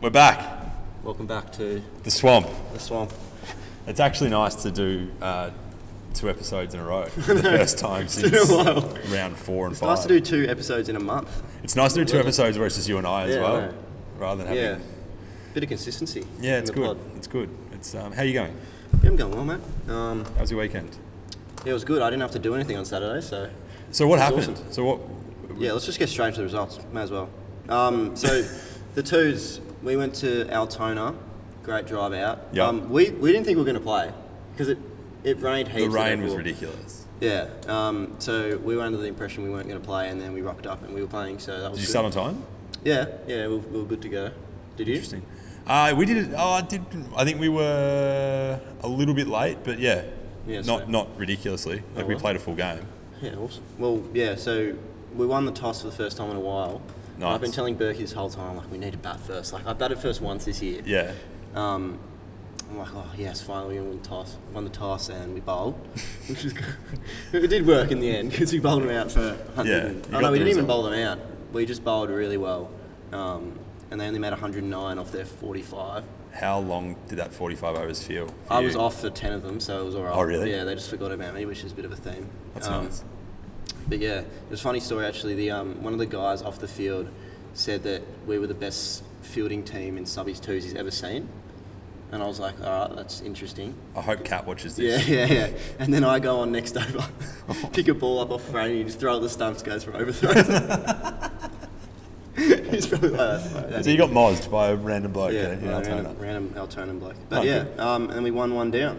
We're back. Welcome back to The swamp. the swamp. It's actually nice to do uh, two episodes in a row. For the first time since been a while. round four and It's five. nice to do two episodes in a month. it's nice to do two episodes where it's just you and I as Yeah, I well, know. rather than having. Yeah, bit of consistency. Yeah, in it's the good. pod. It's good. It's um, how you going? Yeah, I'm going well, mate. Um, How was your weekend? yeah, it was good. I didn't have to do anything on Saturday, so So what It happened? was awesome. So what? yeah. Let's just get straight into the results. May as well. Um, so the twos, we went to Altona. Great drive out. Yeah. Um, we we didn't think we were going to play because it it rained heaps. The at rain was Liverpool. ridiculous. Yeah. Um, so we were under the impression we weren't going to play, and then we rocked up and we were playing. So that was Did you good. start on time? Yeah. Yeah. We were, we were good to go. Did you? Interesting. Uh, we did. it- Oh, I did. I think we were a little bit late, but yeah, Yeah, not so- not ridiculously. Like we well. played a full game. Yeah, awesome. Well, yeah, so we won the toss for the first time in a while. And I've been Nice. telling Berkey this whole time, like, we need to bat first. Like, I batted first once this year. Yeah. Um, I'm like, oh, yes, finally we won the toss. Won the toss and we bowled, which is good. It did work in the end because we bowled them out for 100. Yeah, and- you oh, got no, we the didn't even result. bowl them out. We just bowled really well. Um, and they only made 109 off their 45. How long did that 45 overs feel? for I you? was off for 10 of them, so it was all right. Oh, really? Yeah, they just forgot about me, which is a bit of a theme. That's Um, nice. But yeah, it was a funny story actually. The um, one of the guys off the field said that we were the best fielding team in subbies twos he's ever seen, and I was like, all right, that's interesting. I hope Cat watches Yeah, this. yeah, yeah. And then I go on next over, pick a ball up off Franny, and just throw it at the stumps, goes for overthrows. He's probably like, "That's- that's So you got mozzed by a random bloke. yeah, Yeah, in yeah, Altona. random, random Altona bloke. But Oh, yeah, good. um, and we won one down.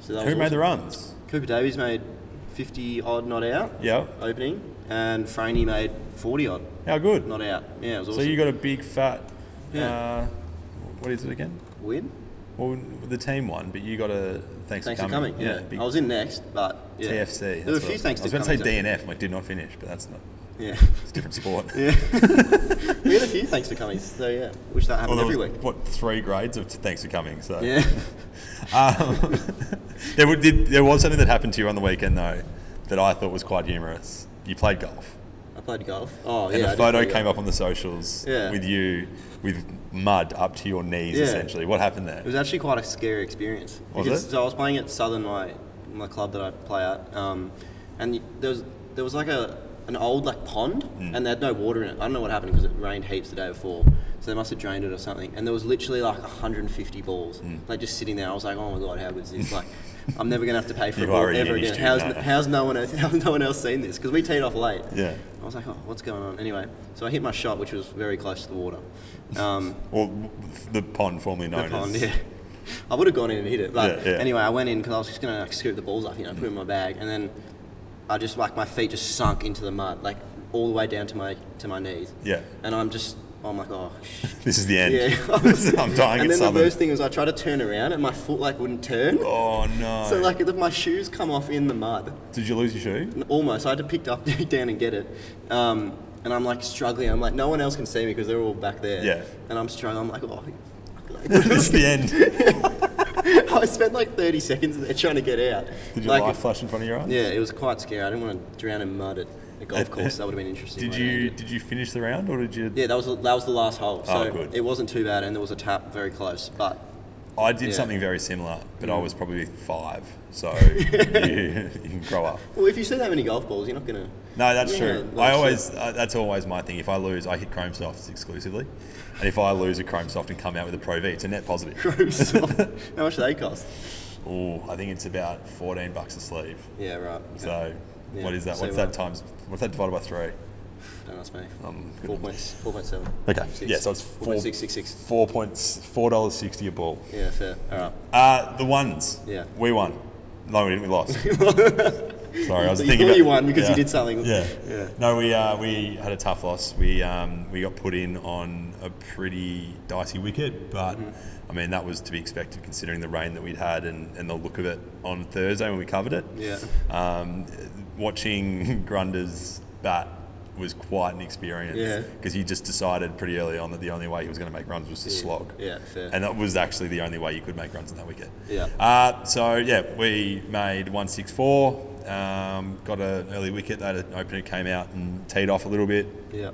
So that Who was made the awesome. runs? Cooper Davies made 50 odd not out Yeah. opening, and Franey made 40 odd How good. not out. Yeah, it was so awesome. you got a big fat. Yeah. Uh, what is it again? win. Well, the team won, but you got a thanks, Thanks for for coming. Yeah, big I was in next, but yeah. TFC. There were a that's few what- thanks I was to going to say comings, actually. DNF, like did not finish, but that's not. Yeah, It's a different sport. we had a few thanks to coming. So yeah, wish that happened Well, there every was, week. What three grades of t- thanks for coming? So Yeah, um, there, would, did, there was something that happened to you on the weekend though that I thought was quite humorous. You played golf, I played golf. Oh yeah, and I a did photo play golf. came up on the socials Yeah. with you with mud up to your knees Yeah. essentially. What happened there? It was actually quite a scary experience. Was because, it? So I was playing at Southern, my my club that I play at, um, and y- there was there was like a an old like pond, Hmm. and they had no water in it. I don't know what happened because it rained heaps the day before, so they must have drained it or something. And there was literally like 150 balls, Hmm. like just sitting there. I was like, oh my god, how good is this? Like, I'm never gonna have to pay for a You ball are a ever Yiddish again. dude, How's, aren't you? how's no one else, how's no one else seen this? Because we teed off late. yeah. I was like, oh, what's going on? Anyway, so I hit my shot, which was very close to the water. Um, Well, the pond formerly known pond, as. yeah. I would have gone in and hit it, but Yeah, yeah. anyway, I went in because I was just gonna like, scoop the balls up, you know, put them in my bag, and then I just like my feet just sunk into the mud, like all the way down to my to my knees. Yeah. And I'm just, I'm like, oh. shit. This is the end. Yeah. I'm dying at and then the Southern. worst thing was I tried to turn around and my foot like wouldn't turn. Oh no! So like the- my shoes come off in the mud, did you lose your shoe? N- almost. I had to pick it up down and get it, um, and I'm like struggling. I'm like no one else can see me because they're all back there. Yeah. And I'm struggling. I'm like oh. like, this is the end. I spent like 30 seconds there trying to get out. Did your like, life flash in front of your eyes? Yeah, it was quite scary. I didn't want to drown in mud at a golf course. That would have been interesting. Did but I didn't. you did you finish the round or did you? Yeah, that was the, that was the last hole. So Oh, good. it wasn't too bad, and there was a tap very close. But I did Yeah. Mm. something very similar, but I was probably five, so you, you can grow up. well, if you see that many golf balls, you're not gonna. No, that's Yeah, true. that's I always uh, that's always my thing. If I lose, I hit Chrome Softs exclusively, and if I lose a Chrome Soft and come out with a Pro V, it's a net positive. How much do they cost? Oh, I think it's about fourteen bucks a sleeve. Yeah, right. So Yeah, what is that? so What's well. that times? What's that divided by three? Don't ask me. Um, good Four one. points. Four point seven. Okay. Six. Yeah, so it's Four point four six six six. four points four dollars sixty a ball. Yeah, fair. All right. Uh, the ones. Yeah. We won. No, we didn't. We lost. Sorry, I was You thinking thought about you won because you Yeah. did something. Yeah. Yeah. No, we uh, we had a tough loss. We um, we got put in on a pretty dicey wicket, but Mm-hmm. I mean that was to be expected considering the rain that we'd had and, and the look of it on Thursday when we covered it. Yeah. Um, watching Grunder's bat was quite an Yeah. experience because he just decided pretty early on that the only way he was going to make runs was to slog. Yeah, fair. And that was actually the only way you could make runs on that wicket. Yeah. Uh, so yeah, we made one six four. Um, got an early wicket. They had an opener came out and teed off a little bit, yeah.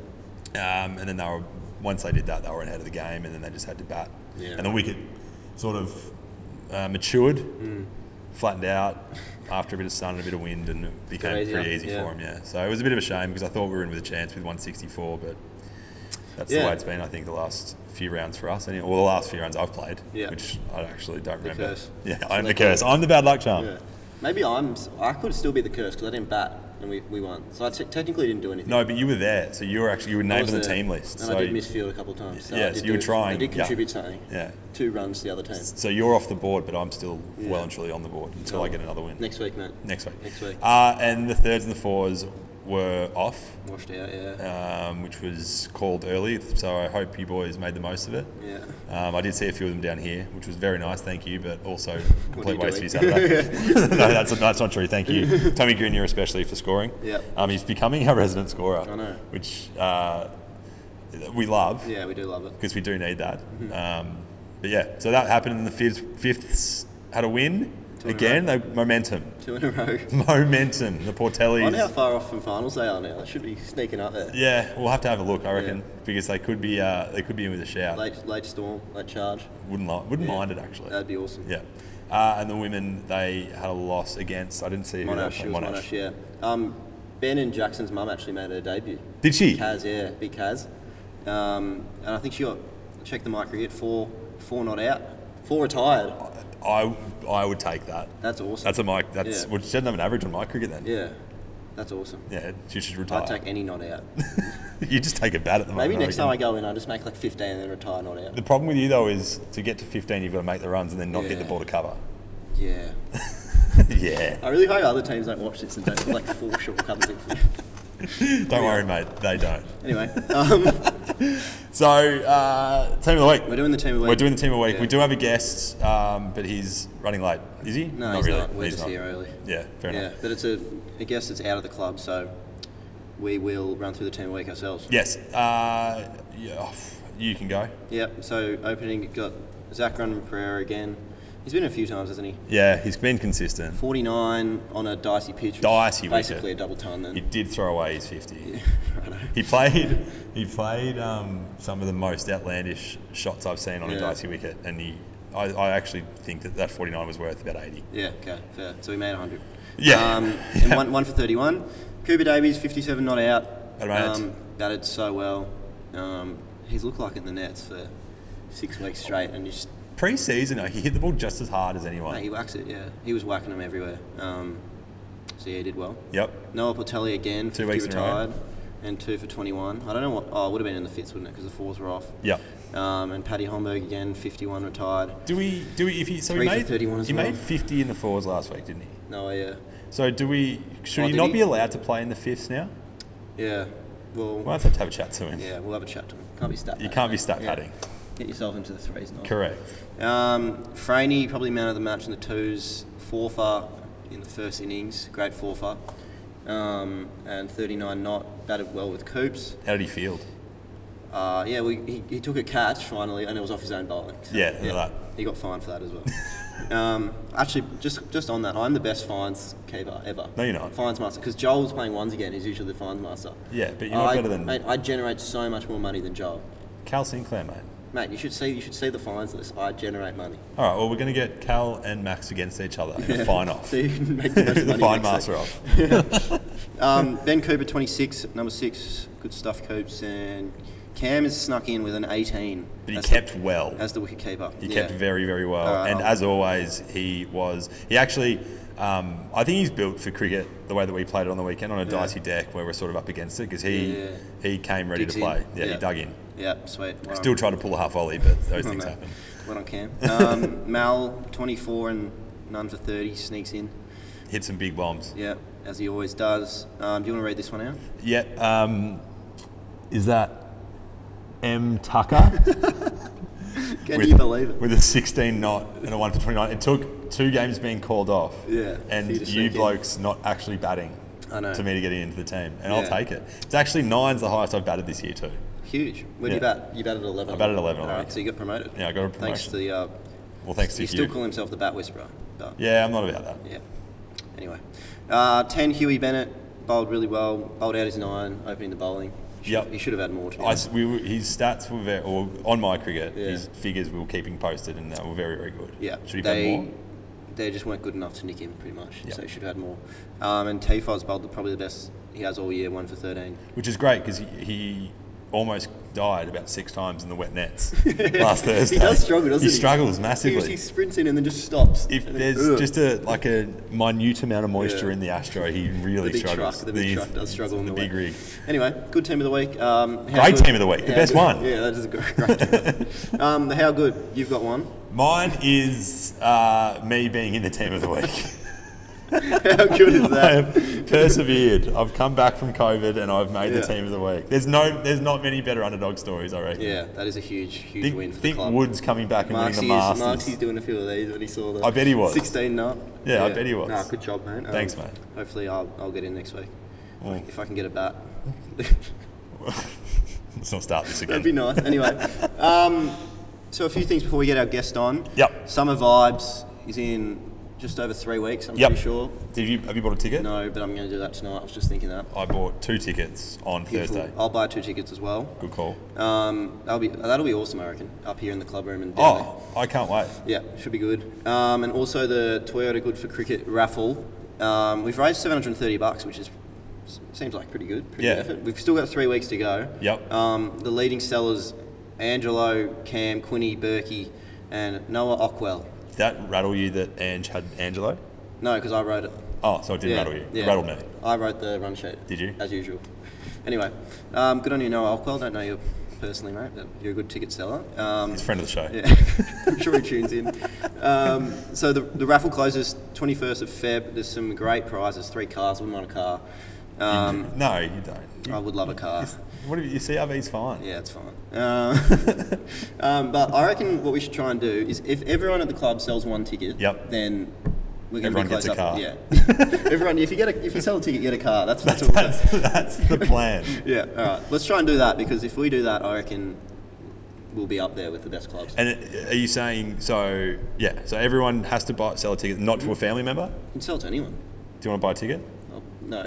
um, and then they were once they did that, they were ahead of the game, and then they just had to bat. Yeah, and the wicket sort of uh, matured, Hmm. flattened out after a bit of sun and a bit of wind, and it became easier, pretty easy yeah. for him. Yeah, so it was a bit of a shame because I thought we were in with a chance with 164, but that's the Yeah. way it's been. I think the last few rounds for us, and or the last few rounds I've played, Yeah. which I actually don't remember. curse. Yeah, I'm the like- curse. I'm the bad luck charm. Yeah. Maybe I'm. s- I could still be the curse because I didn't bat and we, we won. So I te- technically didn't do anything. No, but you were there, so you were actually you were I named was on the there, team list. And so I did miss field a couple of times. So I yeah, so did you were do- trying, I did yeah. contribute something. yeah. Two runs to the other team. So you're off the board, but I'm still well Yeah. and truly on the board until I get another win Next week, mate. next week. next week. Uh, and the thirds and the fours were off, Washed out. Yeah. um, which was called early. So I hope you boys made the most of it. Yeah. Um, I did see a few of them down here, which was very nice, thank you, but also complete you waste of your doing? Saturday. no, that's, that's not true, thank you. Tommy Grunier, especially for scoring. Yep. Um, he's becoming our resident scorer, I know. which uh, we love Yeah. We do love it. because we do need that. Mm-hmm. Um, but yeah, so that happened in the fifth, fifths had a win. Two in a Again, they, momentum. Two in a row. Momentum. The I wonder how Portellis. far off from finals they are now. They should be sneaking up there. Yeah, we'll have to have a look, I reckon, because they could be uh, they could be in with a shout. Late, late storm, late charge. wouldn't li- wouldn't Yeah. mind it actually. That'd be awesome. Yeah. Uh, and the women, they had a loss against. I didn't see who Monash, they she played. was Monash. Yeah. Um, ben and Jackson's mum actually made her debut. Did she? Kaz, yeah, big Kaz. Um, and I think she got check the mic cricket four, four not out, four retired. I I would take that. That's awesome. That's a mic. That's Yeah. well, she doesn't have an average on mic cricket then. yeah, that's awesome. Yeah, she should I'd retire. take any not out. you just take a bat at the moment. Maybe next reckon. time I go in, I just make like 15 and then retire not out. The problem with you though is to get to 15, you've got to make the runs and then not get the Yeah. ball to cover. Yeah. yeah. I really hope other teams don't watch this and don't have like four shortcomings. Don't worry, mate. They don't. anyway, um, So, uh, team of the week. we're doing the team of the week. We're doing the team of the week. Yeah. We do have a guest, um, but he's running late. Is he? No, he's not. We're just here early. Yeah, fair yeah, enough. but it's a. I guess it's out of the club, so we will run through the team of the week ourselves. Yes. Uh, yeah, oh, f- you can go. Yep. So opening got Zach Run Pereira again. He's been a few times, hasn't he? Yeah, he's been consistent. 49 on a dicey pitch. which is Dicey wicket. Basically a double ton He then. did throw away his 50. Righto. He played. He played um, some of the most outlandish shots I've seen on a Yeah. dicey wicket, and he. I, I actually think that that 49 was worth about 80. Yeah. Okay. Fair. So we made 100. Yeah. Um, Yeah. and one, one for 31. Cooper Davies 57 not out. Had a man out. Um, batted so well. Um, he's looked like in the nets for six weeks straight, and he's Pre-season, uh, he hit the ball just as hard as anyone. Mate, he whacks it, yeah. He was whacking them everywhere. Um, so yeah, he did well. Yep. Noah Portelli again, Two 50 weeks in a row. retired, and two for 21. I don't know what, oh, it would have been in the fits, wouldn't it? Because the fours were off. Yep. Um, and Paddy Holmberg again, 51 retired. Do we? Do we? If he so he Three for made 31 as he well. made 50 in the fours last week, didn't he? No, yeah. So do we? Should Oh, he did not he? be allowed to play in the fifths now? Yeah. Well, We'll have to have a chat to him. yeah, we'll have a chat to him. Can't be stat You padding, can't be mate. stat Yeah. padding. Get yourself into the threes, not. Correct. Um, Franey, probably man of the match in the twos, four for in the first innings, great four for. Um, and 39 not, batted well with Coops. How did he field? Uh, yeah, we, he, he took a catch finally, and it was off his own bowling. So, Yeah, that. he got fined for that as well. um, actually, just just on that, I'm the best fines keeper ever. No, you're not. Fines master, because Joel's playing ones again. He's usually the fines master. Yeah, but you're not I, better than Mate, I generate so much more money than Joel. Cal Sinclair, mate. Mate, you should see you should see the fines list. I generate money. All right. Well, we're going to get Cal and Max against each other in a fine off. so you can make the most the money fine next master off. week. Um, ben Cooper, 26, number six, good stuff, Coops, and Cam has snuck in with an 18. But he as kept the, well. as the wicket keeper. He kept very, very well. Uh, and um, as always, he was. He actually, um, I think he's built for cricket the way that we played it on the weekend on a dicey deck where we're sort of up against it because he Yeah. he came ready Digs to in. play. Yeah, he Yeah. dug in. Yeah, sweet. Wow. Still tried to pull a half volley, but those Oh, things mate. happen. Well on Cam. Um, Mal, 24 and none for 30, sneaks in. Hit some big bombs. Yeah, as he always does. Um, do you want to read this one out? Yeah. Um, is that M Tucker? Can with- you believe it? With a 16 knot and a 1 for 29. It took two games being called off. Yeah, And for you to you sneak in. blokes not actually batting. I know. To me to get into the team. And I'll Yeah. take it. It's actually nine's the highest I've batted this year, too. Huge. Where did Yeah. you bat? You batted 11. I batted 11 on the Alright, week. so you got promoted. Yeah, I got a Thanks promotion. to the. Uh, Well, thanks to he you. still call himself the Bat Whisperer. But, yeah. yeah, I'm not about that. Anyway. Uh, 10, Huey Bennett. Bowled really well. Bowled out his nine, opening the bowling. He should, Yep. he should have had more. To be I s we were, his stats were very, or on my cricket, Yeah. his figures we were keeping posted and they were very, very good. Yeah, Should he they, play more? They just weren't good enough to nick him, pretty much. Yeah. So he should have had more. Um, and Tafas bowled the- probably the best he has all year, one for 13. Which is great because he, he almost died about six times in the wet nets last Thursday. He does struggle, doesn't he? He struggles He, massively. just- he sprints in and then just stops. if and then- there's ugh. just a like a minute amount of moisture Yeah. in the Astro, he really the big struggles. truck, the big He's- truck does struggle in the the big wet. rig. Anyway, good team of the week. Um, how Great good- team of the week, the how best good- one. Yeah, that is a great, great team. of the week. um, the how good you've got one. Mine is uh, me being in the team of the week. How good is I that? have persevered. I've come back from COVID and I've made the Yeah. team of the week. There's no, there's not many better underdog stories, I reckon. Yeah, that is a huge, huge Think, win for think the club. Woods coming back and Marksy's, winning the Masters. Marksy's doing a few of these when he saw that. I bet he was. 16 nut. Yeah, I bet he was. Nah, good job, mate. Um, Thanks, mate. Hopefully, I'll, I'll get in next week. If I- Mm. If I can get a bat. Let's not start this again. That'd be nice. Anyway, um, so a few things before we get our guest on. Yep. Summer Vibes is in just over three weeks, I'm Yep. pretty sure. Did you have you bought a ticket? No, but I'm going to do that tonight. I was just thinking that. I bought two tickets on Beautiful. Oh. Thursday. I'll buy two tickets as well. Good call. Um, that'll be that'll be awesome, I reckon. Up here in the club room and down there. Oh, I can't wait. Yeah, should be good. Um, and also the Toyota Good for Cricket raffle. Um, we've raised 730 bucks, which is s- seems like pretty good. Pretty Yeah. good effort. We've still got three weeks to go. Yep. Um, the leading sellers: Angelo, Cam, Quinny, Berkey, and Noah Ockwell. Did that rattle you that Ange had Angelo? No, because I wrote it. Oh, so it did rattle you. It rattled me. I wrote the run sheet. Did you? As usual. Anyway, um, good on you, Noah Alquell. Don't know you personally, mate, but you're a good ticket seller. Um, He's a friend of the show. yeah, I'm sure he tunes in. Um, so the, the raffle closes 21st of Feb. There's some great prizes. Three cars. Wouldn't want a car. Um, no, you don't. You- I would love a car. What if you CRV's fine? Yeah, it's fine. Uh, um, but I reckon what we should try and do is if everyone at the club sells one ticket, Yep. then we're going to Everyone be gets close a up. car. Yeah. everyone, if you get a, if you sell a ticket, you get a car. That's that's, That's, all. that's, that's the plan. Yeah. All right. Let's try and do that because if we do that, I reckon we'll be up there with the best clubs. And it- are you saying so? Yeah. So everyone has to buy sell a ticket, not to a family member. You can sell to anyone. Do you want to buy a ticket? Oh, no,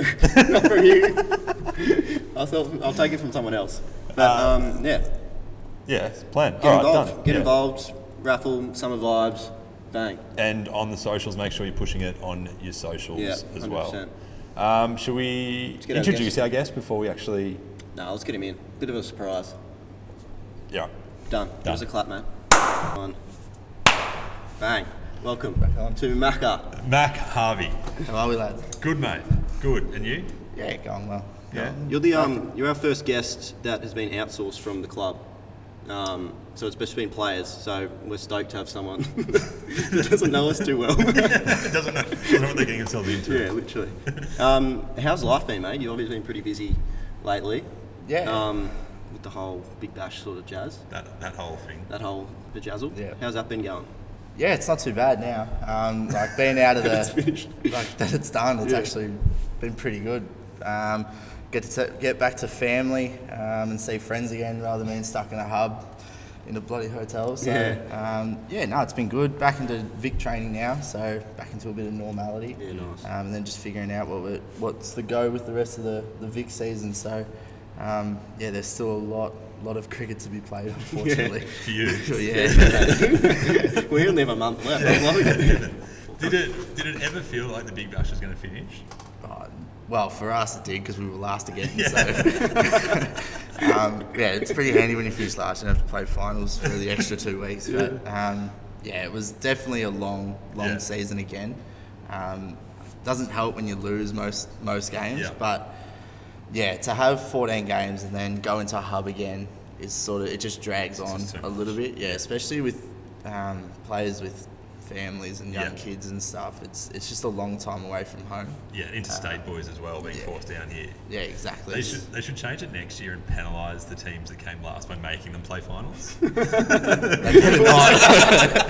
not from you. I'll, sell, I'll take it from someone else. But um, yeah, get Yeah, it's a plan. Uh, All right, involved. done. Get Yeah. involved. Raffle, summer vibes, bang. And on the socials, make sure you're pushing it on your socials Yeah, as well. 100%. Um, should we get our introduce guest. our guest before we actually? No, let's get him in. Bit of a surprise. Yeah. Done. Give Done. us a clap, man. On. Bang. Welcome on. to Macca. Mac Harvey. How are we, lads? Good mate. Good. And you? Yeah, going well. Yeah. You're the um, you're our first guest that has been outsourced from the club. Um, so it's just been players. So we're stoked to have someone that doesn't know us too well. doesn't know, doesn't know what they're getting themselves into. Yeah, literally. um, how's life been, mate? You've obviously been pretty busy lately. Yeah. Um, with the whole Big Bash sort of jazz, That, that whole thing. that whole bejazzle. Yeah. How's that been going? Yeah, it's not too bad now. Um, like being out of the, It's finished. like that it's done. It's Yeah. actually been pretty good. Um, get to t- get back to family um, and see friends again, rather than being stuck in a hub in a bloody hotel. So Yeah. um, yeah, no, it's been good. Back into Vic training now, so back into a bit of normality. Yeah, nice. Um, and then just figuring out what we what's the go with the rest of the, the Vic season. So um, yeah, there's still a lot lot of cricket to be played, unfortunately. For you. yeah. we only have a month left. I'm loving it. Did it did it ever feel like the Big Bash was going to finish? Oh, well, for us it did because we were last again. So um, yeah, it's pretty handy when you finish last and have to play finals for the extra two weeks. But um, yeah, it was definitely a long, long Yeah. season again. Um, doesn't help when you lose most most games, Yeah. but yeah, to have 14 games and then go into a hub again is sort of it just drags on just too a little bit. Yeah, especially with um, players with families and young Yeah. kids and stuff. It's it's just a long time away from home. Yeah, interstate boys as well being yeah. forced down here. Yeah, exactly. They should they should change it next year and penalise the teams that came last by making them play finals.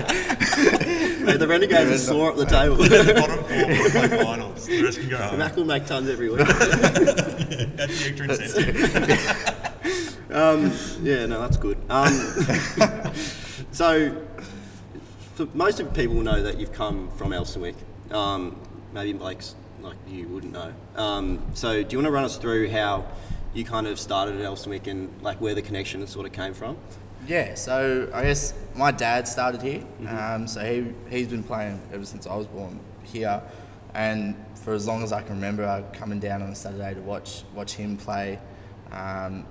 the Renegades are sore at the table. the bottom four will play finals. The rest can go home. Mac will make tons every week. That's the extra incentive. Um, yeah, no, that's good. Um, so, for most of people know that you've come from Elsenwick. Um, maybe Blake's like you wouldn't know. Um, so, do you want to run us through how you kind of started at Elsternwick and like where the connection sort of came from. Yeah, so I guess my dad started here. Mm-hmm. Um, so he, he's been playing ever since I was born here. And for as long as I can remember, I coming down on a Saturday to watch, watch him play um,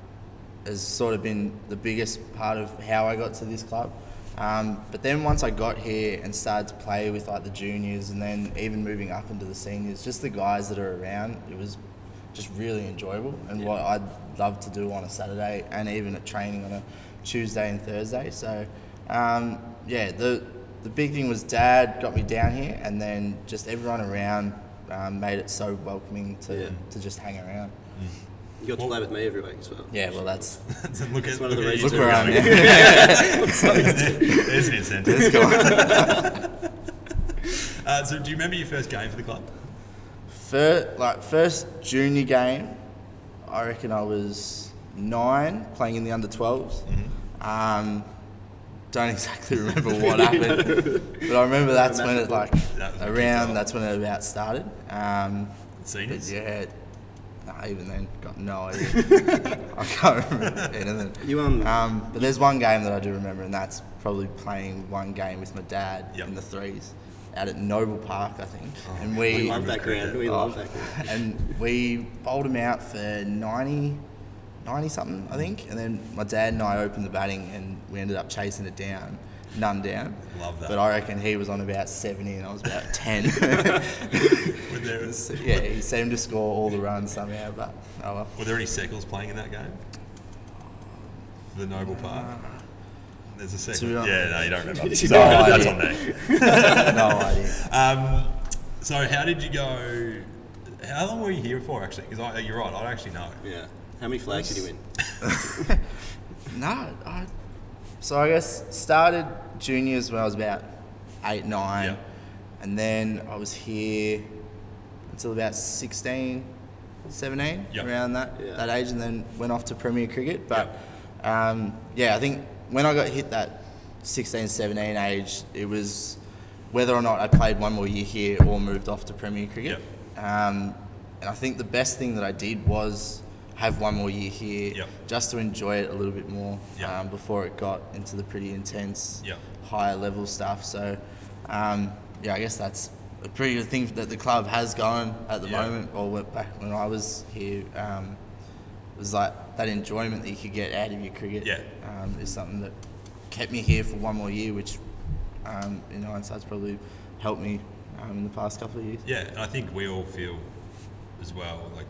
has sort of been the biggest part of how I got to this club. Um, but then once I got here and started to play with like the juniors and then even moving up into the seniors, just the guys that are around, it was just really enjoyable and what I'd love to do on a Saturday and even at training on a Tuesday and Thursday. So, um, yeah, the the big thing was Dad got me down here, and then just everyone around um, made it so welcoming to Yeah. to just hang around. You got to play with me every week as well. Yeah, well, that's look at, one of look at the you reasons look two where I'm going. at. There's an incentive. Uh, so, do you remember your first game for the club? First, like first junior game, I reckon I was nine playing in the under 12s. Um, don't exactly remember what happened, but I remember that's when it like That was a big around. deal. That's when it about started. Um, but Seniors? yeah, nah, even then, got no idea. I can't remember anything. You um, Um, but there's one game that I do remember, and that's probably playing one game with my dad Yep. in the threes out at Noble Park, I think. and we, we love that ground. We love Oh. that ground. and we bowled him out for 90, 90 something, I think. And then my dad and I opened the batting and we ended up chasing it down, none down. Love that. But I reckon he was on about 70 and I was about 10. Were there, was, yeah, he seemed to score all the runs somehow, but oh well. were there any Seckles playing in that game? For the Noble Park? Uh, There's a To be Seckles. honest- Yeah, no, you don't remember. You Sorry, don't. that's on me. No idea. Um, so, how did you go? How long were you here for, actually? Because you're right, I don't actually know. Yeah. How many flags did you win? No, I, so I guess started juniors when I was about eight, nine. Yep. And then I was here until about 16, 17, Yep. around that, Yeah. that age, and then went off to Premier Cricket. But um, yeah, I think when I got hit that 16, 17 age, it was whether or not I played one more year here or moved off to Premier Cricket. Um, and I think the best thing that I did was have one more year here Yep. just to enjoy it a little bit more Yep. um, before it got into the pretty intense, Yep. higher level stuff. So, um, yeah, I guess that's a pretty good thing that the club has going at the Yeah. moment, or went back when I was here. Um, was like that enjoyment that you could get out of your cricket Yeah. um, is something that kept me here for one more year, which um, in hindsight's probably helped me um, in the past couple of years. Yeah, and I think we all feel as well like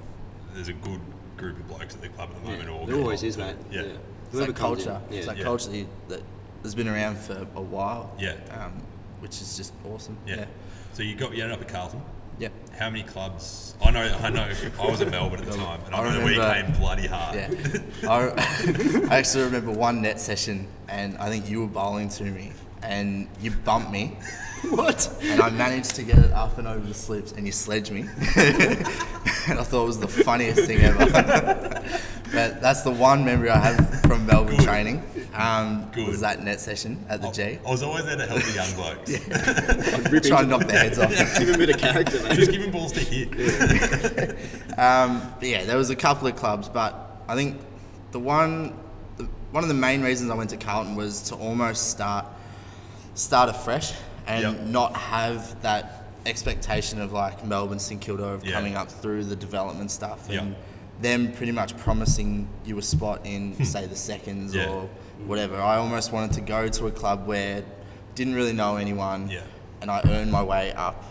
there's a good group of blokes at the club at the moment. all There get always on. is, mate. Yeah. It's like comes in, culture. Yeah. It's like Yeah. culture that, you- that has been around for a while. Yeah. Um, which is just awesome. Yeah. So you got you ended up at Carlton. Yeah. How many clubs? I know, I know. I was at Melbourne at the time, and I, I know we remember- came bloody hard. Yeah. I, I actually remember one net session, and I think you were bowling to me, and you bumped me. What? And I managed to get it up and over the slips, and you sledged me. and I thought it was the funniest thing ever. but that's the one memory I have from Melbourne Good. training. Um, Good. Was that net session at the I, G? I was always there to help the young blokes. Try and knock their heads off. Give a bit of character, Just mate. giving balls to hit. Um, but yeah, there was a couple of clubs, but I think the one, the, one of the main reasons I went to Carlton was to almost start, start afresh and Yep. not have that expectation of like Melbourne St Kilda of Yeah. coming up through the development stuff Yeah. and them pretty much promising you a spot in say the seconds Yeah. or whatever. I almost wanted to go to a club where didn't really know anyone Yeah. and I earned my way up,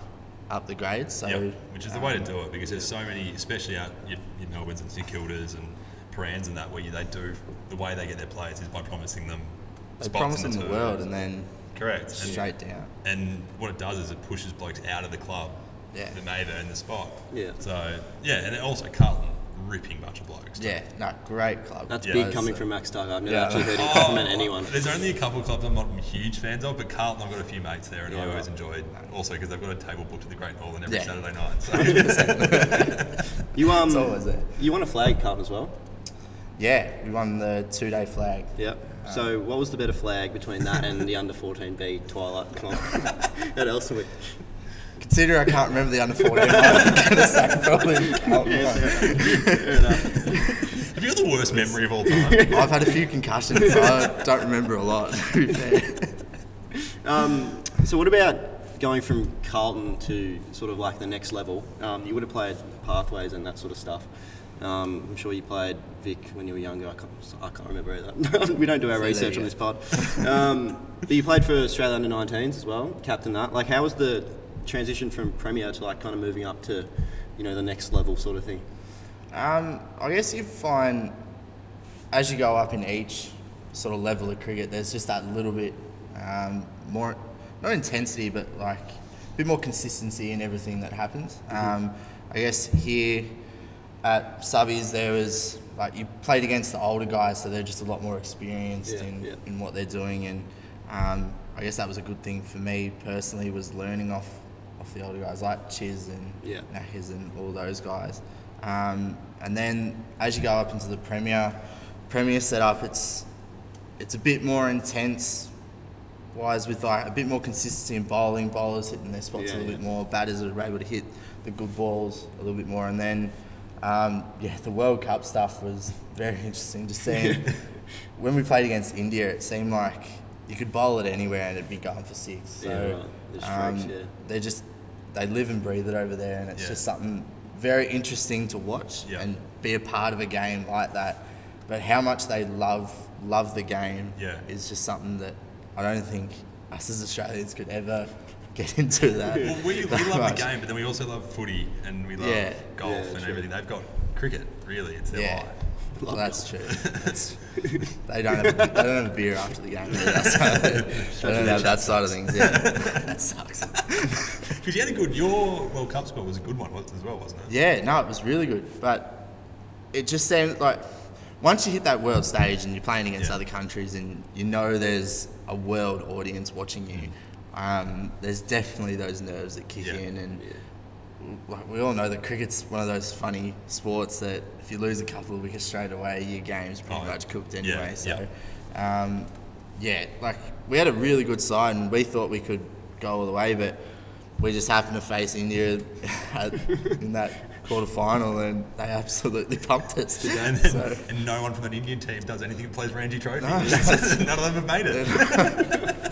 up the grades. So Yep, which is the way to do it because there's so many, especially out your, your Melbournes and St Kildas and Parans and that, where you, they do the way they get their players is by promising them they spots promised in them the, the tour. world and then Correct. And- straight down. And what it does is it pushes blokes out of the club Yeah. that may have earned the spot. Yeah. So yeah, and then also Carlton, ripping bunch of blokes. Yeah, no, great club. That's Yeah. big Guys, coming uh, from Max Stark. I've never Yeah. actually heard him Oh, compliment anyone. There's only a couple of clubs I'm not huge fans of, but Carlton, I've got a few mates there, and Yeah, I always right. enjoyed also because they've got a table booked at the Great Northern every Yeah. Saturday night. So You um, It's always there. you won a flag, Carlton, as well. Yeah, we won the two day flag. Yep. So, what was the better flag between that and the under 14B Twilight Club at Elsewick? Considering I can't remember the under 14, I'm going to say probably. Carlton won. Fair enough. have you the worst memory of all time. I've had a few concussions. so I don't remember a lot. to be fair. Um, so what about going from Carlton to sort of like the next level? Um, you would have played pathways and that sort of stuff. Um, I'm sure you played Vic when you were younger. I can't, I can't remember that. we don't do our So there research you on this pod. Um, but you played for Australia under 19s as well, captain that. Like, how was the transition from Premier to like kind of moving up to, you know, the next level sort of thing? Um, I guess you find as you go up in each sort of level of cricket, there's just that little bit um, more, not intensity, but like a bit more consistency in everything that happens. Mm-hmm. Um, I guess here at Subbies, there was like you played against the older guys, so they're just a lot more experienced Yeah, in, yeah. in what they're doing, and um, I guess that was a good thing for me personally was learning off off the older guys like Chiz and Yeah. Nahis and all those guys. Um, and then as you go up into the Premier, Premier setup, it's it's a bit more intense. Wise with like a bit more consistency in bowling, bowlers hitting their spots Yeah, a little yeah. bit more, batters are able to hit the good balls a little bit more, and then um, yeah, the World Cup stuff was very interesting. Just seeing when we played against India, it seemed like you could bowl it anywhere and it'd be going for six. So Yeah, right. The strokes, um, yeah. they just they live and breathe it over there, and it's Yeah. just something very interesting to watch Yeah. and be a part of a game like that. But how much they love love the game Yeah. is just something that I don't think us as Australians could ever get into that. Well, we, we that love much. the game, but then we also love footy and we love Yeah. golf Yeah, and true. everything. They've got cricket, really. It's their Yeah. life. Well, that's true. That's, they don't have a, they don't have a beer after the game. Either, so they don't have that side of things. Yeah, that sucks. Because you had a good, your World Cup score was a good one was- as well, wasn't it? Yeah, no, it was really good, but it just seemed like once you hit that world stage and you're playing against Yeah. other countries and you know there's a world audience watching you, um, there's definitely those nerves that kick Mm. Yeah. in and. Like we all know that cricket's one of those funny sports that if you lose a couple of wickets straight away, your game's pretty Oh, much cooked yeah, anyway. yeah. So, Um, yeah, like we had a really good side and we thought we could go all the way, but we just happened to face India at, in that quarter final and they absolutely pumped us. And, then, So, and no one from that Indian team does anything that plays Ranji Trophy. None of them have made it.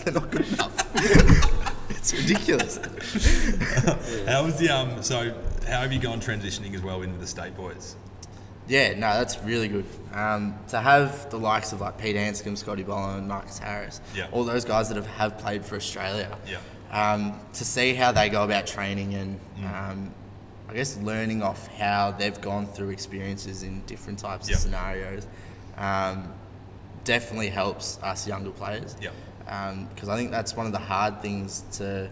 they're not good enough. it's ridiculous. How was the um? So how have you gone transitioning as well into the state boys? Yeah, no, that's really good. Um, to have the likes of like Pete Anscombe, Scotty Boland, Marcus Harris, Yeah. all those guys that have, have played for Australia, Yeah. um, to see how they go about training and Mm. um, I guess learning off how they've gone through experiences in different types Yeah. of scenarios um, definitely helps us younger players. Yeah. Because I think that's one of the hard things to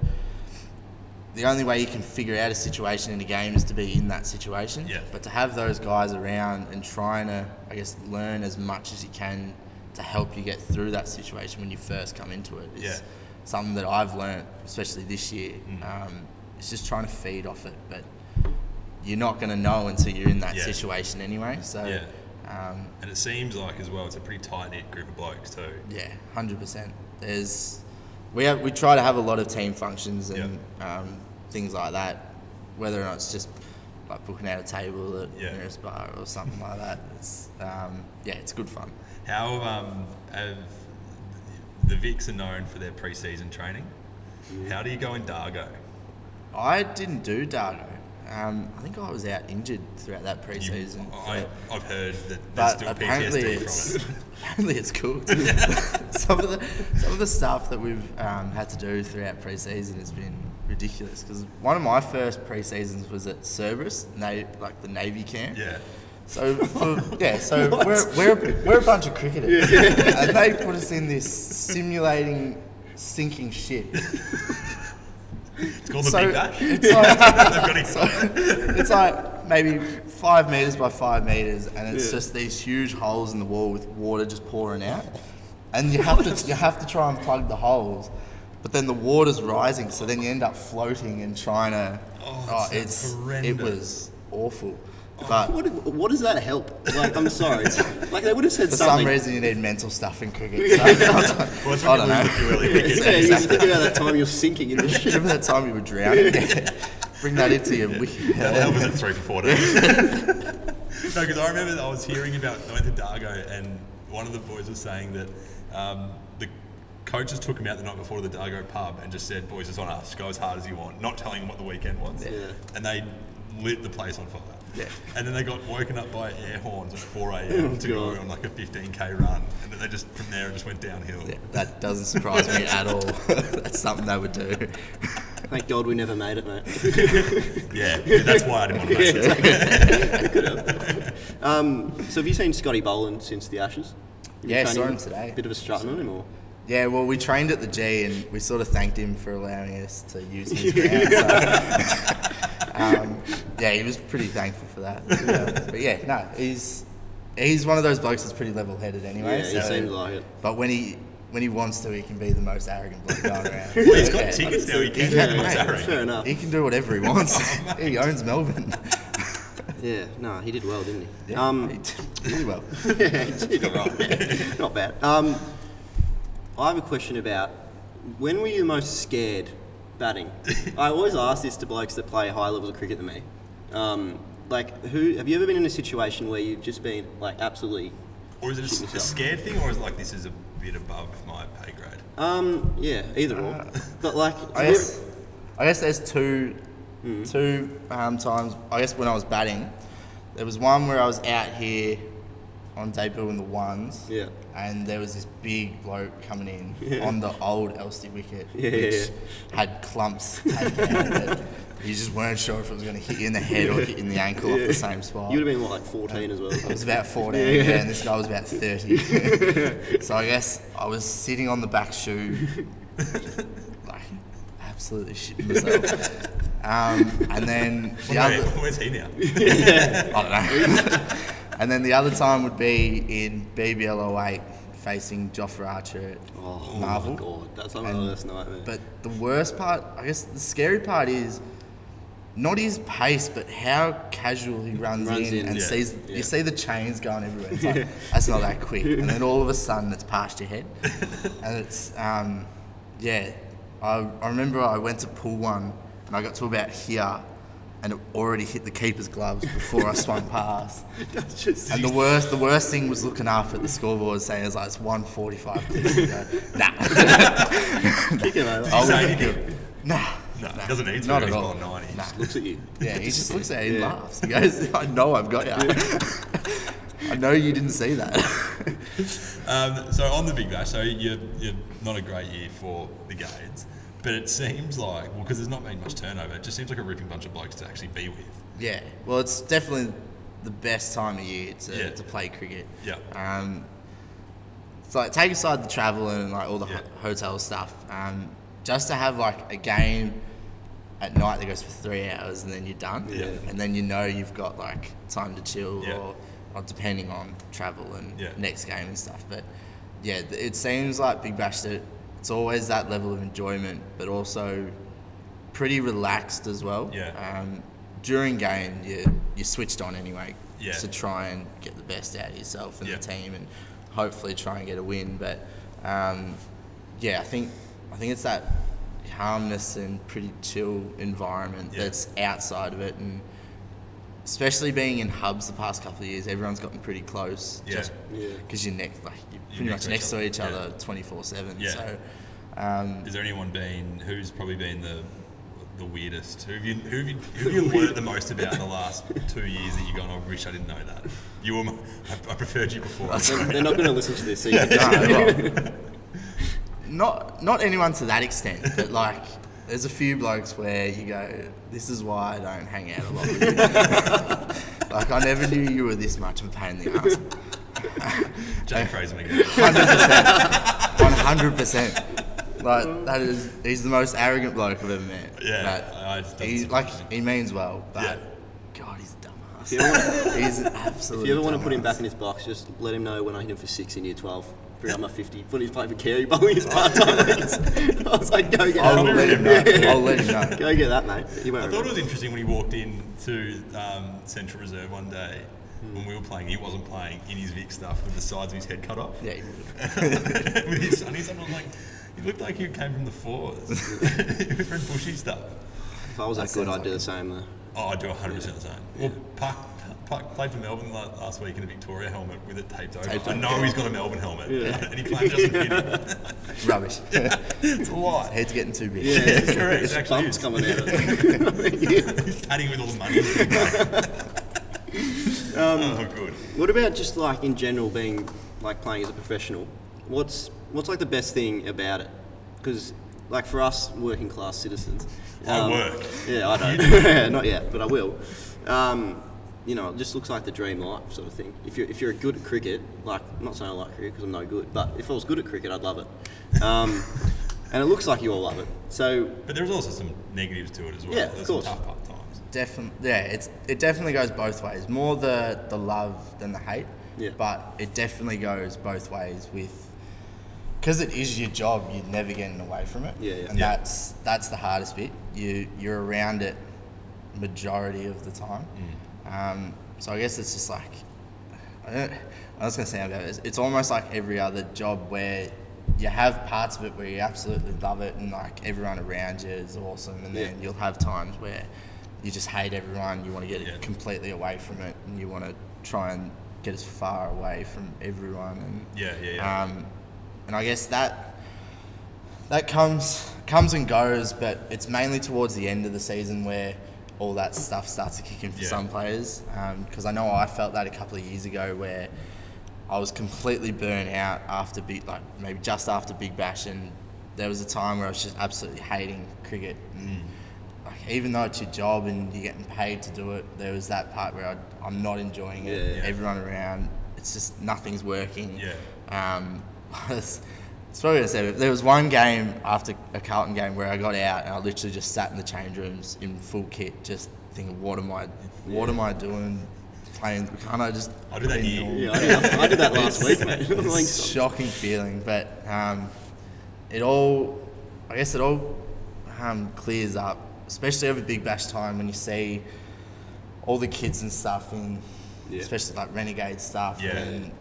the only way you can figure out a situation in a game is to be in that situation. Yeah. But to have those guys around and trying to, I guess, learn as much as you can to help you get through that situation when you first come into it is Yeah. something that I've learned, especially this year. Mm. Um, it's just trying to feed off it, but you're not going to know until you're in that Yeah. situation anyway. So, Yeah. um, And it seems like as well, it's a pretty tight knit group of blokes too. yeah, hundred percent. There's we have we try to have a lot of team functions and um, things like that. Whether or not it's just like booking out a table at Yeah. nearest bar or something like that. It's um, yeah, it's good fun. How um have the Vics are known for their preseason training? How do you go in Dargo? I didn't do Dardo. Um, I think I was out injured throughout that You- preseason. Oh, I, I've heard that there's but still apparently PTSD it's from it. apparently it's cool. some of the some of the stuff that we've um, had to do throughout pre-season has been ridiculous. Because one of my first pre-seasons was at Cerberus, na- like the Navy camp. Yeah. So for, yeah, so we're, we're we're a bunch of cricketers, and they put us in this simulating sinking ship. It's called the So- Big Bash. They've It's like got it. it's like maybe five meters by five meters, and it's just these huge holes in the wall with water just pouring out, and you have to you have to try and plug the holes, but then the water's rising, so then you end up floating and trying to. Oh, Oh, that sounds it's it horrendous. Oh, was awful, but What, what does that help? Like, I'm sorry. like, they would have said for some something. reason you need mental stuff in cricket. So I don't, Well, it's I don't when you lose know. a few early wickets. yeah, you just think about that time you're sinking in the shit. Remember that time you were drowning? Bring that into your wicket. That was at three for four days. No, because I remember I was hearing about I went to Dargo and one of the boys was saying that um, the coaches took him out the night before to the Dargo pub and just said, "Boys, it's on us. Go as hard as you want." Not telling him what the weekend was, Yeah. and they lit the place on fire. Yeah. Oh, And then they got woken up by air horns at 4 a.m. to go God. on like a 15k run, and then they just from there it just went downhill. Yeah, that doesn't surprise me at all. That's something they would do. Thank God we never made it, mate. Yeah, yeah, that's why I didn't want to make it. Um, so have you seen Scotty Boland since the Ashes? You Yeah, training saw him today. Bit of a strutting on him, or Yeah, well, we trained at the G and we sort of thanked him for allowing us to use his ground. so, um, yeah, he was pretty thankful for that. But yeah, no, he's he's one of those blokes that's pretty level-headed anyway. Yeah, he so- seems like it. But when he when he wants to, he can be the most arrogant bloke going around. Well, he's got Yeah. tickets now. He can Yeah, do it, mate. sorry. fair enough. He can do whatever he wants. he owns Melbourne. Yeah, no, he did well, didn't he? Yeah, um, he did really well. yeah, he did all right. Not bad. Um, I have a question about when were you most scared batting? I always ask this to blokes that play high levels of cricket than me. Um, like, who have you ever been in a situation where you've just been like absolutely? Or is it a s- a, yourself. scared thing, or is it like this is a bit above my pay grade? Um, yeah, either or. But like, Uh, I guess, I guess there's 2 Mm-hmm. two um, times. I guess when I was batting, there was one where I was out here on debut in the ones, Yeah. and there was this big bloke coming in on the old Elsie wicket, Yeah, yeah, which had clumps taken out of it. You just weren't sure if it was going to hit you in the head or hit you in the ankle off the same spot. you would have been what, like 14 as well. I was about 14, Yeah, yeah. yeah, and this guy was about 30. so I guess I was sitting on the back shoe, like absolutely shitting myself. Um, and then the Wait, other, where's he now? I don't know. and then the other time would be in BBL 08 facing Joffre Archer at Oh Marvel. my god, that's like my And- worst nightmare. But the worst part, I guess the scary part is not his pace, but how casual he runs, Runs in, in, and yeah, sees yeah. you see the chains going everywhere. It's like, that's not that quick. And then all of a sudden it's past your head. and it's um, yeah. I, I remember I went to pull one and I got to about here and it already hit the keeper's gloves before I swung past. that's just And the worst, the worst thing was looking up at the scoreboard saying it's like it's 145 please," and go, Nah. kick him over. Did he I'll say look anything? Nah. No, he doesn't need to. Not at he's all. bowled 90. Nah. Looks at you. Yeah, he just looks at it and Yeah. laughs. He goes, I know I've got you. I know you didn't see that. Um, so on the big bash, so you're, you're not a great year for the Gades, but it seems like well because there's not been much turnover. It just seems like a ripping bunch of blokes to actually be with. yeah, well, it's definitely the best time of year to, Yeah. to play cricket. Yeah. Um, it's like take aside the travel and like all the ho- Yeah. hotel stuff. Um, just to have like a game at night that goes for three hours and then you're done. Yeah. And then you know you've got like time to chill Yeah. or, or depending on travel and Yeah. next game and stuff. But yeah, th- it seems like Big Bash that it's always that level of enjoyment, but also pretty relaxed as well. Yeah. Um, during game, you you're switched on anyway Yeah. to try and get the best out of yourself and Yeah. the team, and hopefully try and get a win. But um, yeah, I think I think it's that calmness and pretty chill environment Yeah. that's outside of it, and especially being in hubs the past couple of years, everyone's gotten pretty close. Yeah. Just Yeah. because you're next, like you're pretty next much to next to each each other. other twenty four seven. Yeah. So. Um, Is there anyone been who's probably been the the weirdest? Who have you who have you, who have you learned the most about in the last two years that you've gone? "Oh, I wish I didn't know that. You were my, I, I preferred you before. They're, they're not going to listen to this. So you can No, well, not not anyone to that extent, but like there's a few blokes where you go, this is why I don't hang out a lot. With you. like I never knew you were this much of a pain in the ass. Jay Fraser again. Hundred percent, one hundred percent. Like that is, he's the most arrogant bloke I've ever met. Yeah, I- I- But that's- he like he means well, but Yeah. God, he's a dumbass. If you ever wanna- he's an absolute. If you ever want to put him dumbass. back in his box, just let him know when I hit him for six in year 12. Bring out my 50. When he's playing for Kerry bowling his part time. I was like, go get I'll that. let him know. I'll let him know. Go get that, mate. He won't I thought remember. it was interesting when he walked in to um, Central Reserve one day Hmm. when we were playing. He wasn't playing in his Vic stuff with the sides of his head cut off. Yeah, he would. with his sunnies on. I was like, he looked like he came from the fours. he was wearing bushy stuff. If I was that good, sounds I'd do the like same, though. Oh, I do 100% the same. Well, Park, pl- played for Melbourne la- last week in a Victoria helmet with it taped over. Taped I over, know yeah. he's got a Melbourne helmet, and he claims it doesn't fit him. Rubbish. It's a lie. Head's getting too big. Yeah, it's just- Correct, it's it actually bumps is. coming out. of it. He's padding with all the money. Um, oh, good. What about just like in general being like playing as a professional? What's what's like the best thing about it? Because like for us working class citizens, um, I work. Yeah, I don't. Not yet, but I will. Um, you know, it just looks like the dream life sort of thing. If you're if you're good at cricket, like I'm not saying I like cricket because I'm no good, but if I was good at cricket, I'd love it. Um, and it looks like you all love it. So But there's also some negatives to it as well. Yeah, of There's course. Some tough part times. Definitely, yeah. It's it definitely goes both ways. More the the love than the hate. Yeah. But it definitely goes both ways with because it is your job. You're never getting away from it. Yeah, yeah. And Yeah. that's that's the hardest bit. You you're around it majority of the time. Mm. Um, so I guess it's just like I, don't, I was gonna say about this. It's almost like every other job where you have parts of it where you absolutely love it and like everyone around you is awesome, and Yeah. then you'll have times where you just hate everyone. You want to get Yeah. completely away from it, and you want to try and get as far away from everyone. And Yeah, yeah, yeah. um, and I guess that that comes comes and goes, but it's mainly towards the end of the season where all that stuff starts to kick in for Yeah. some players. Because I know I felt that a couple of years ago where I was completely burnt out after big, like maybe just after Big Bash, and there was a time where I was just absolutely hating cricket. And, Mm. Like, even though it's your job and you're getting paid to do it, there was that part where I, I'm not enjoying it. Yeah, yeah. Everyone around, it's just nothing's working. Yeah. Um, it's, it's probably gonna say, but there was one game after a Carlton game where I got out and I literally just sat in the change rooms in full kit, just thinking, what am I, what am I doing? Playing, can't I just? I did that win here. or- yeah, I did, I did that last week, mate. I'm like, it's a shocking feeling, but um, it all, I guess it all um, clears up, especially over Big Bash time when you see all the kids and stuff, and Yeah. especially like renegade stuff, Yeah. and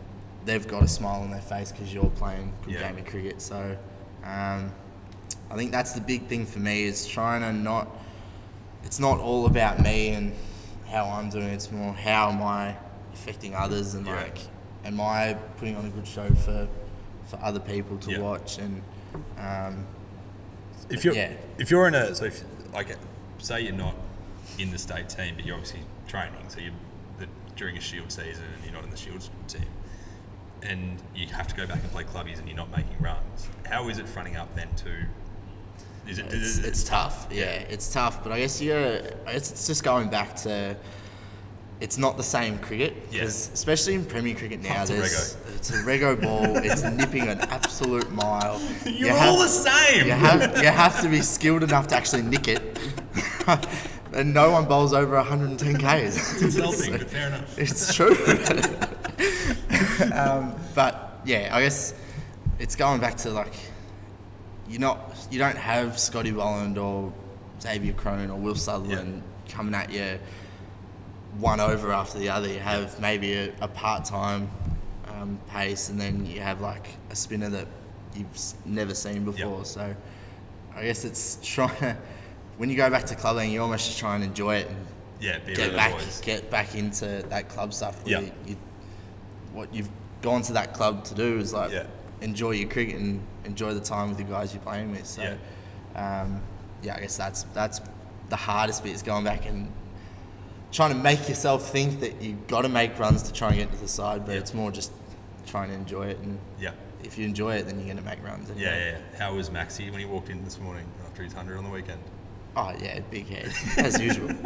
they've got a smile on their face because you're playing good Yeah. game of cricket. So um, I think that's the big thing for me is trying to not. It's not all about me and how I'm doing. It's more how am I affecting others and Yeah. like, am I putting on a good show for for other people to Yeah. watch and. Um, If you're Yeah. if you're in a So if like say you're not in the state team, but you're obviously training, so you're the, during a shield season and you're not in the shields team, and you have to go back and play clubbies and you're not making runs. How is it fronting up then to? Is it? it's, Is it it's tough. Yeah, it's tough. But I guess you're. It's, it's just going back to. It's not the same cricket Yeah. because, especially in Premier cricket now, It's a there's it's a rego ball. it's nipping an absolute mile. you're You have- all the same. You have you have to be skilled enough to actually nick it, and no one bowls over 110 k's. insulting, but fair enough. It's true. um, but yeah, I guess it's going back to like you're not you don't have Scotty Boland or Xavier Crone or Will Sutherland coming at you one over after the other. You have maybe a, a part time um, pace, and then you have like a spinner that you've s- never seen before. So I guess it's trying to when you go back to clubbing, you almost just try and enjoy it and Yeah, be around get the back boys. get back into that club stuff. Where Yeah. you, you, what you've gone to that club to do is like Yeah. enjoy your cricket and enjoy the time with the guys you're playing with. So, um, yeah, I guess that's that's the hardest bit is going back and trying to make yourself think that you've got to make runs to try and get to the side, but Yeah. it's more just trying to enjoy it. And Yeah. if you enjoy it, then you're going to make runs. Yeah, Anyway. yeah, yeah. How was Maxi when he walked in this morning after his hundred on the weekend? Oh yeah, big head as usual.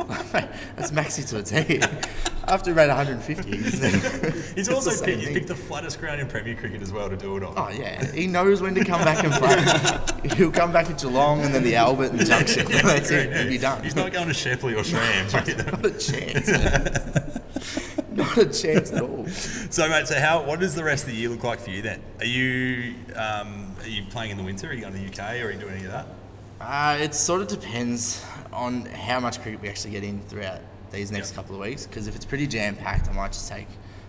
That's maxi to a T. After about 150. He's He's also picked, he's picked the flattest ground in Premier Cricket as well to do it on. Oh yeah, he knows when to come back and play. He'll come back at Geelong and then the Albert and Junction. That's it. He'll be done. He's not going to Shepley or Shrams. right? Not a chance. man. not a chance at all. So, mate, so how? What does the rest of the year look like for you then? Are you um, are you playing in the winter? Are you going to the UK? Or are you doing any of that? Uh, it sort of depends on how much cricket we actually get in throughout these next Yeah. couple of weeks. Because if it's pretty jam packed, I might just take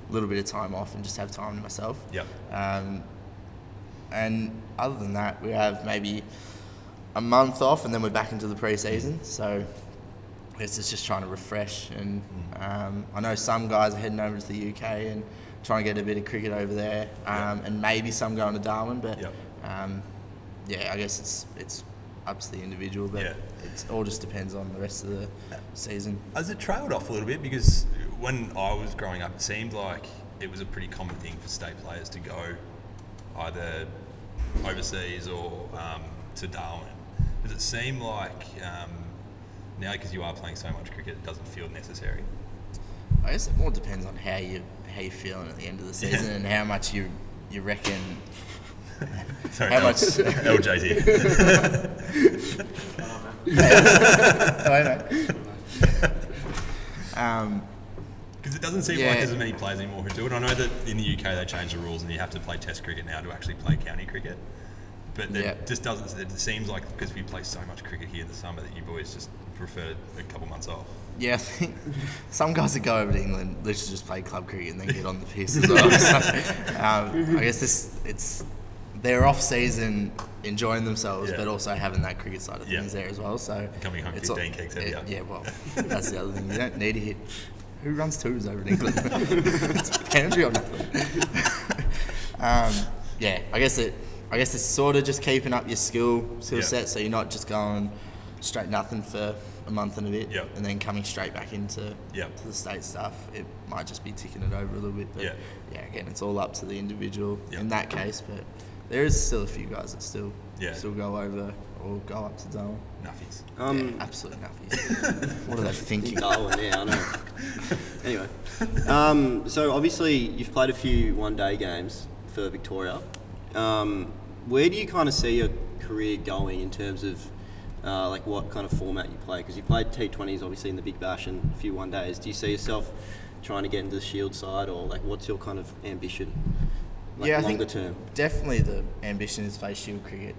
a little bit of time off and just have time to myself. Yep. Um, and other than that, we have maybe a month off, and then we're back into the pre-season. So I guess it's just trying to refresh. And Mm-hmm. um, I know some guys are heading over to the UK and trying to get a bit of cricket over there, um, and maybe some going to Darwin. But Yep. um, yeah, I guess it's it's up to the individual. But Yeah. it's all just depends on the rest of the season. Has it trailed off a little bit? Because when I was growing up, it seemed like it was a pretty common thing for state players to go either overseas or um, to Darwin. Does it seem like um, now, because you are playing so much cricket, it doesn't feel necessary? I guess it more depends on how you how you feeling at the end of the season and how much you you reckon. Sorry, How L- much- LJ's here. Hello, mate. um, Because it doesn't seem Yeah. like there's many players anymore who do it. I know that in the UK they changed the rules and you have to play Test cricket now to actually play county cricket. But it Yeah. just doesn't. It seems like because we play so much cricket here in the summer that you boys just prefer a couple months off. Yeah, I think some guys that go over to England literally just play club cricket and then get on the piss as well. So, um, I guess this it's they're off season enjoying themselves, Yeah. but also having that cricket side of Yeah. things there as well. So Coming home it's 15 all- kgs it- heavier. Yeah, well, that's the other thing. You don't need to hit. Who runs twos over in England? it's pantry or nothing. um, yeah, I guess it. I guess it's sort of just keeping up your skill skill Yeah. set, so you're not just going straight nothing for a month and a bit, Yeah. and then coming straight back into Yeah. to the state stuff. It might just be ticking it over a little bit, but Yeah. yeah, again, it's all up to the individual Yeah. in that case. But there is still a few guys that still Yeah. still go over or go up to Darwin. Nuffies. Um, yeah, absolutely nuffies. what are they thinking? Darwin, yeah, I know. anyway, um, so obviously you've played a few one-day games for Victoria. Um, where do you kind of see your career going in terms of uh, like what kind of format you play? Because you played T20s obviously in the Big Bash and a few one days. Do you see yourself trying to get into the Shield side, or like what's your kind of ambition? Like Yeah, I think- longer term. Mm-hmm. Definitely, the ambition is play Shield cricket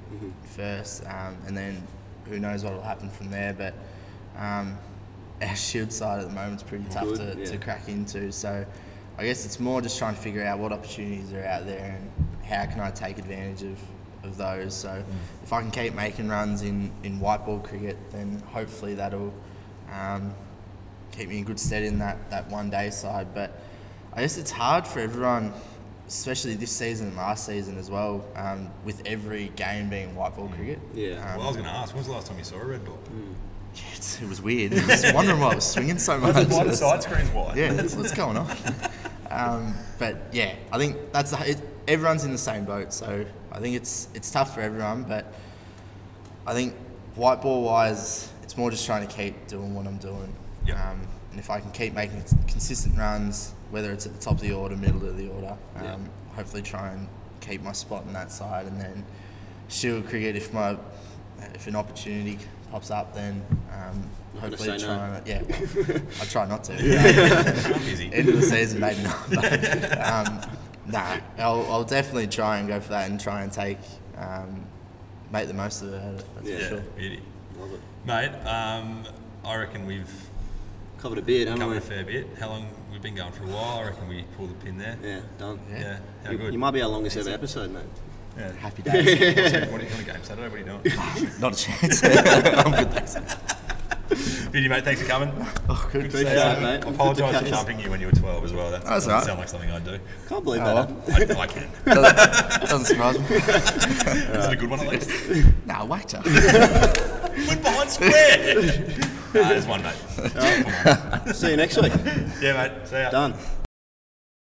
first, um, and then who knows what will happen from there. But um, our Shield side at the moment is pretty tough Good, to, to yeah. crack into. So I guess it's more just trying to figure out what opportunities are out there and how can I take advantage of, of those. So if I can keep making runs in, in white ball cricket, then hopefully that'll um, keep me in good stead in that, that one day side. But I guess it's hard for everyone, especially this season and last season as well, um, with every game being white ball cricket. Yeah. Well, I was going to ask, when was the last time you saw a red ball? Yeah, it's- it was weird. I was wondering why it was swinging so much. Why the side screen's wide? yeah, that's what's going on. Um, but yeah, I think that's the, it, everyone's in the same boat, so I think it's it's tough for everyone. But I think white ball wise, it's more just trying to keep doing what I'm doing. Yeah. Um, and if I can keep making consistent runs, whether it's at the top of the order, middle of the order, um, Yeah. hopefully try and keep my spot on that side, and then shield cricket if my if an opportunity pops up, then um, Not gonna hopefully say no. try and yeah, I try not to I'm busy. end of the season, maybe not. But, um, nah, I'll, I'll definitely try and go for that and try and take, um, make the most of it. out of it, That's Yeah. for yeah, sure. beauty. Uh, Love it. Mate, um, I reckon we've Covered a beard, haven't covered we? a fair bit. How long we've been going for a while? I reckon we pulled the pin there. Yeah, done. Yeah. How You, good? you might be our longest ever episode, mate. Yeah. Happy days. what are you on a game Saturday? What are you doing? not a chance. I'm good. Thanks. Vinny, mate, thanks for coming. Oh, good. Appreciate Yeah, it, mate. I apologise Good for to catch jumping you when you were 12 as well. That That's doesn't all right. sound like something I'd do. Can't believe Oh, that. well. happened. I, I can. Doesn't surprise me. Is it a good one at least? Nah, whacked up. Went behind square. nah, there's one, mate. See you next week. Yeah, mate. See ya. Done.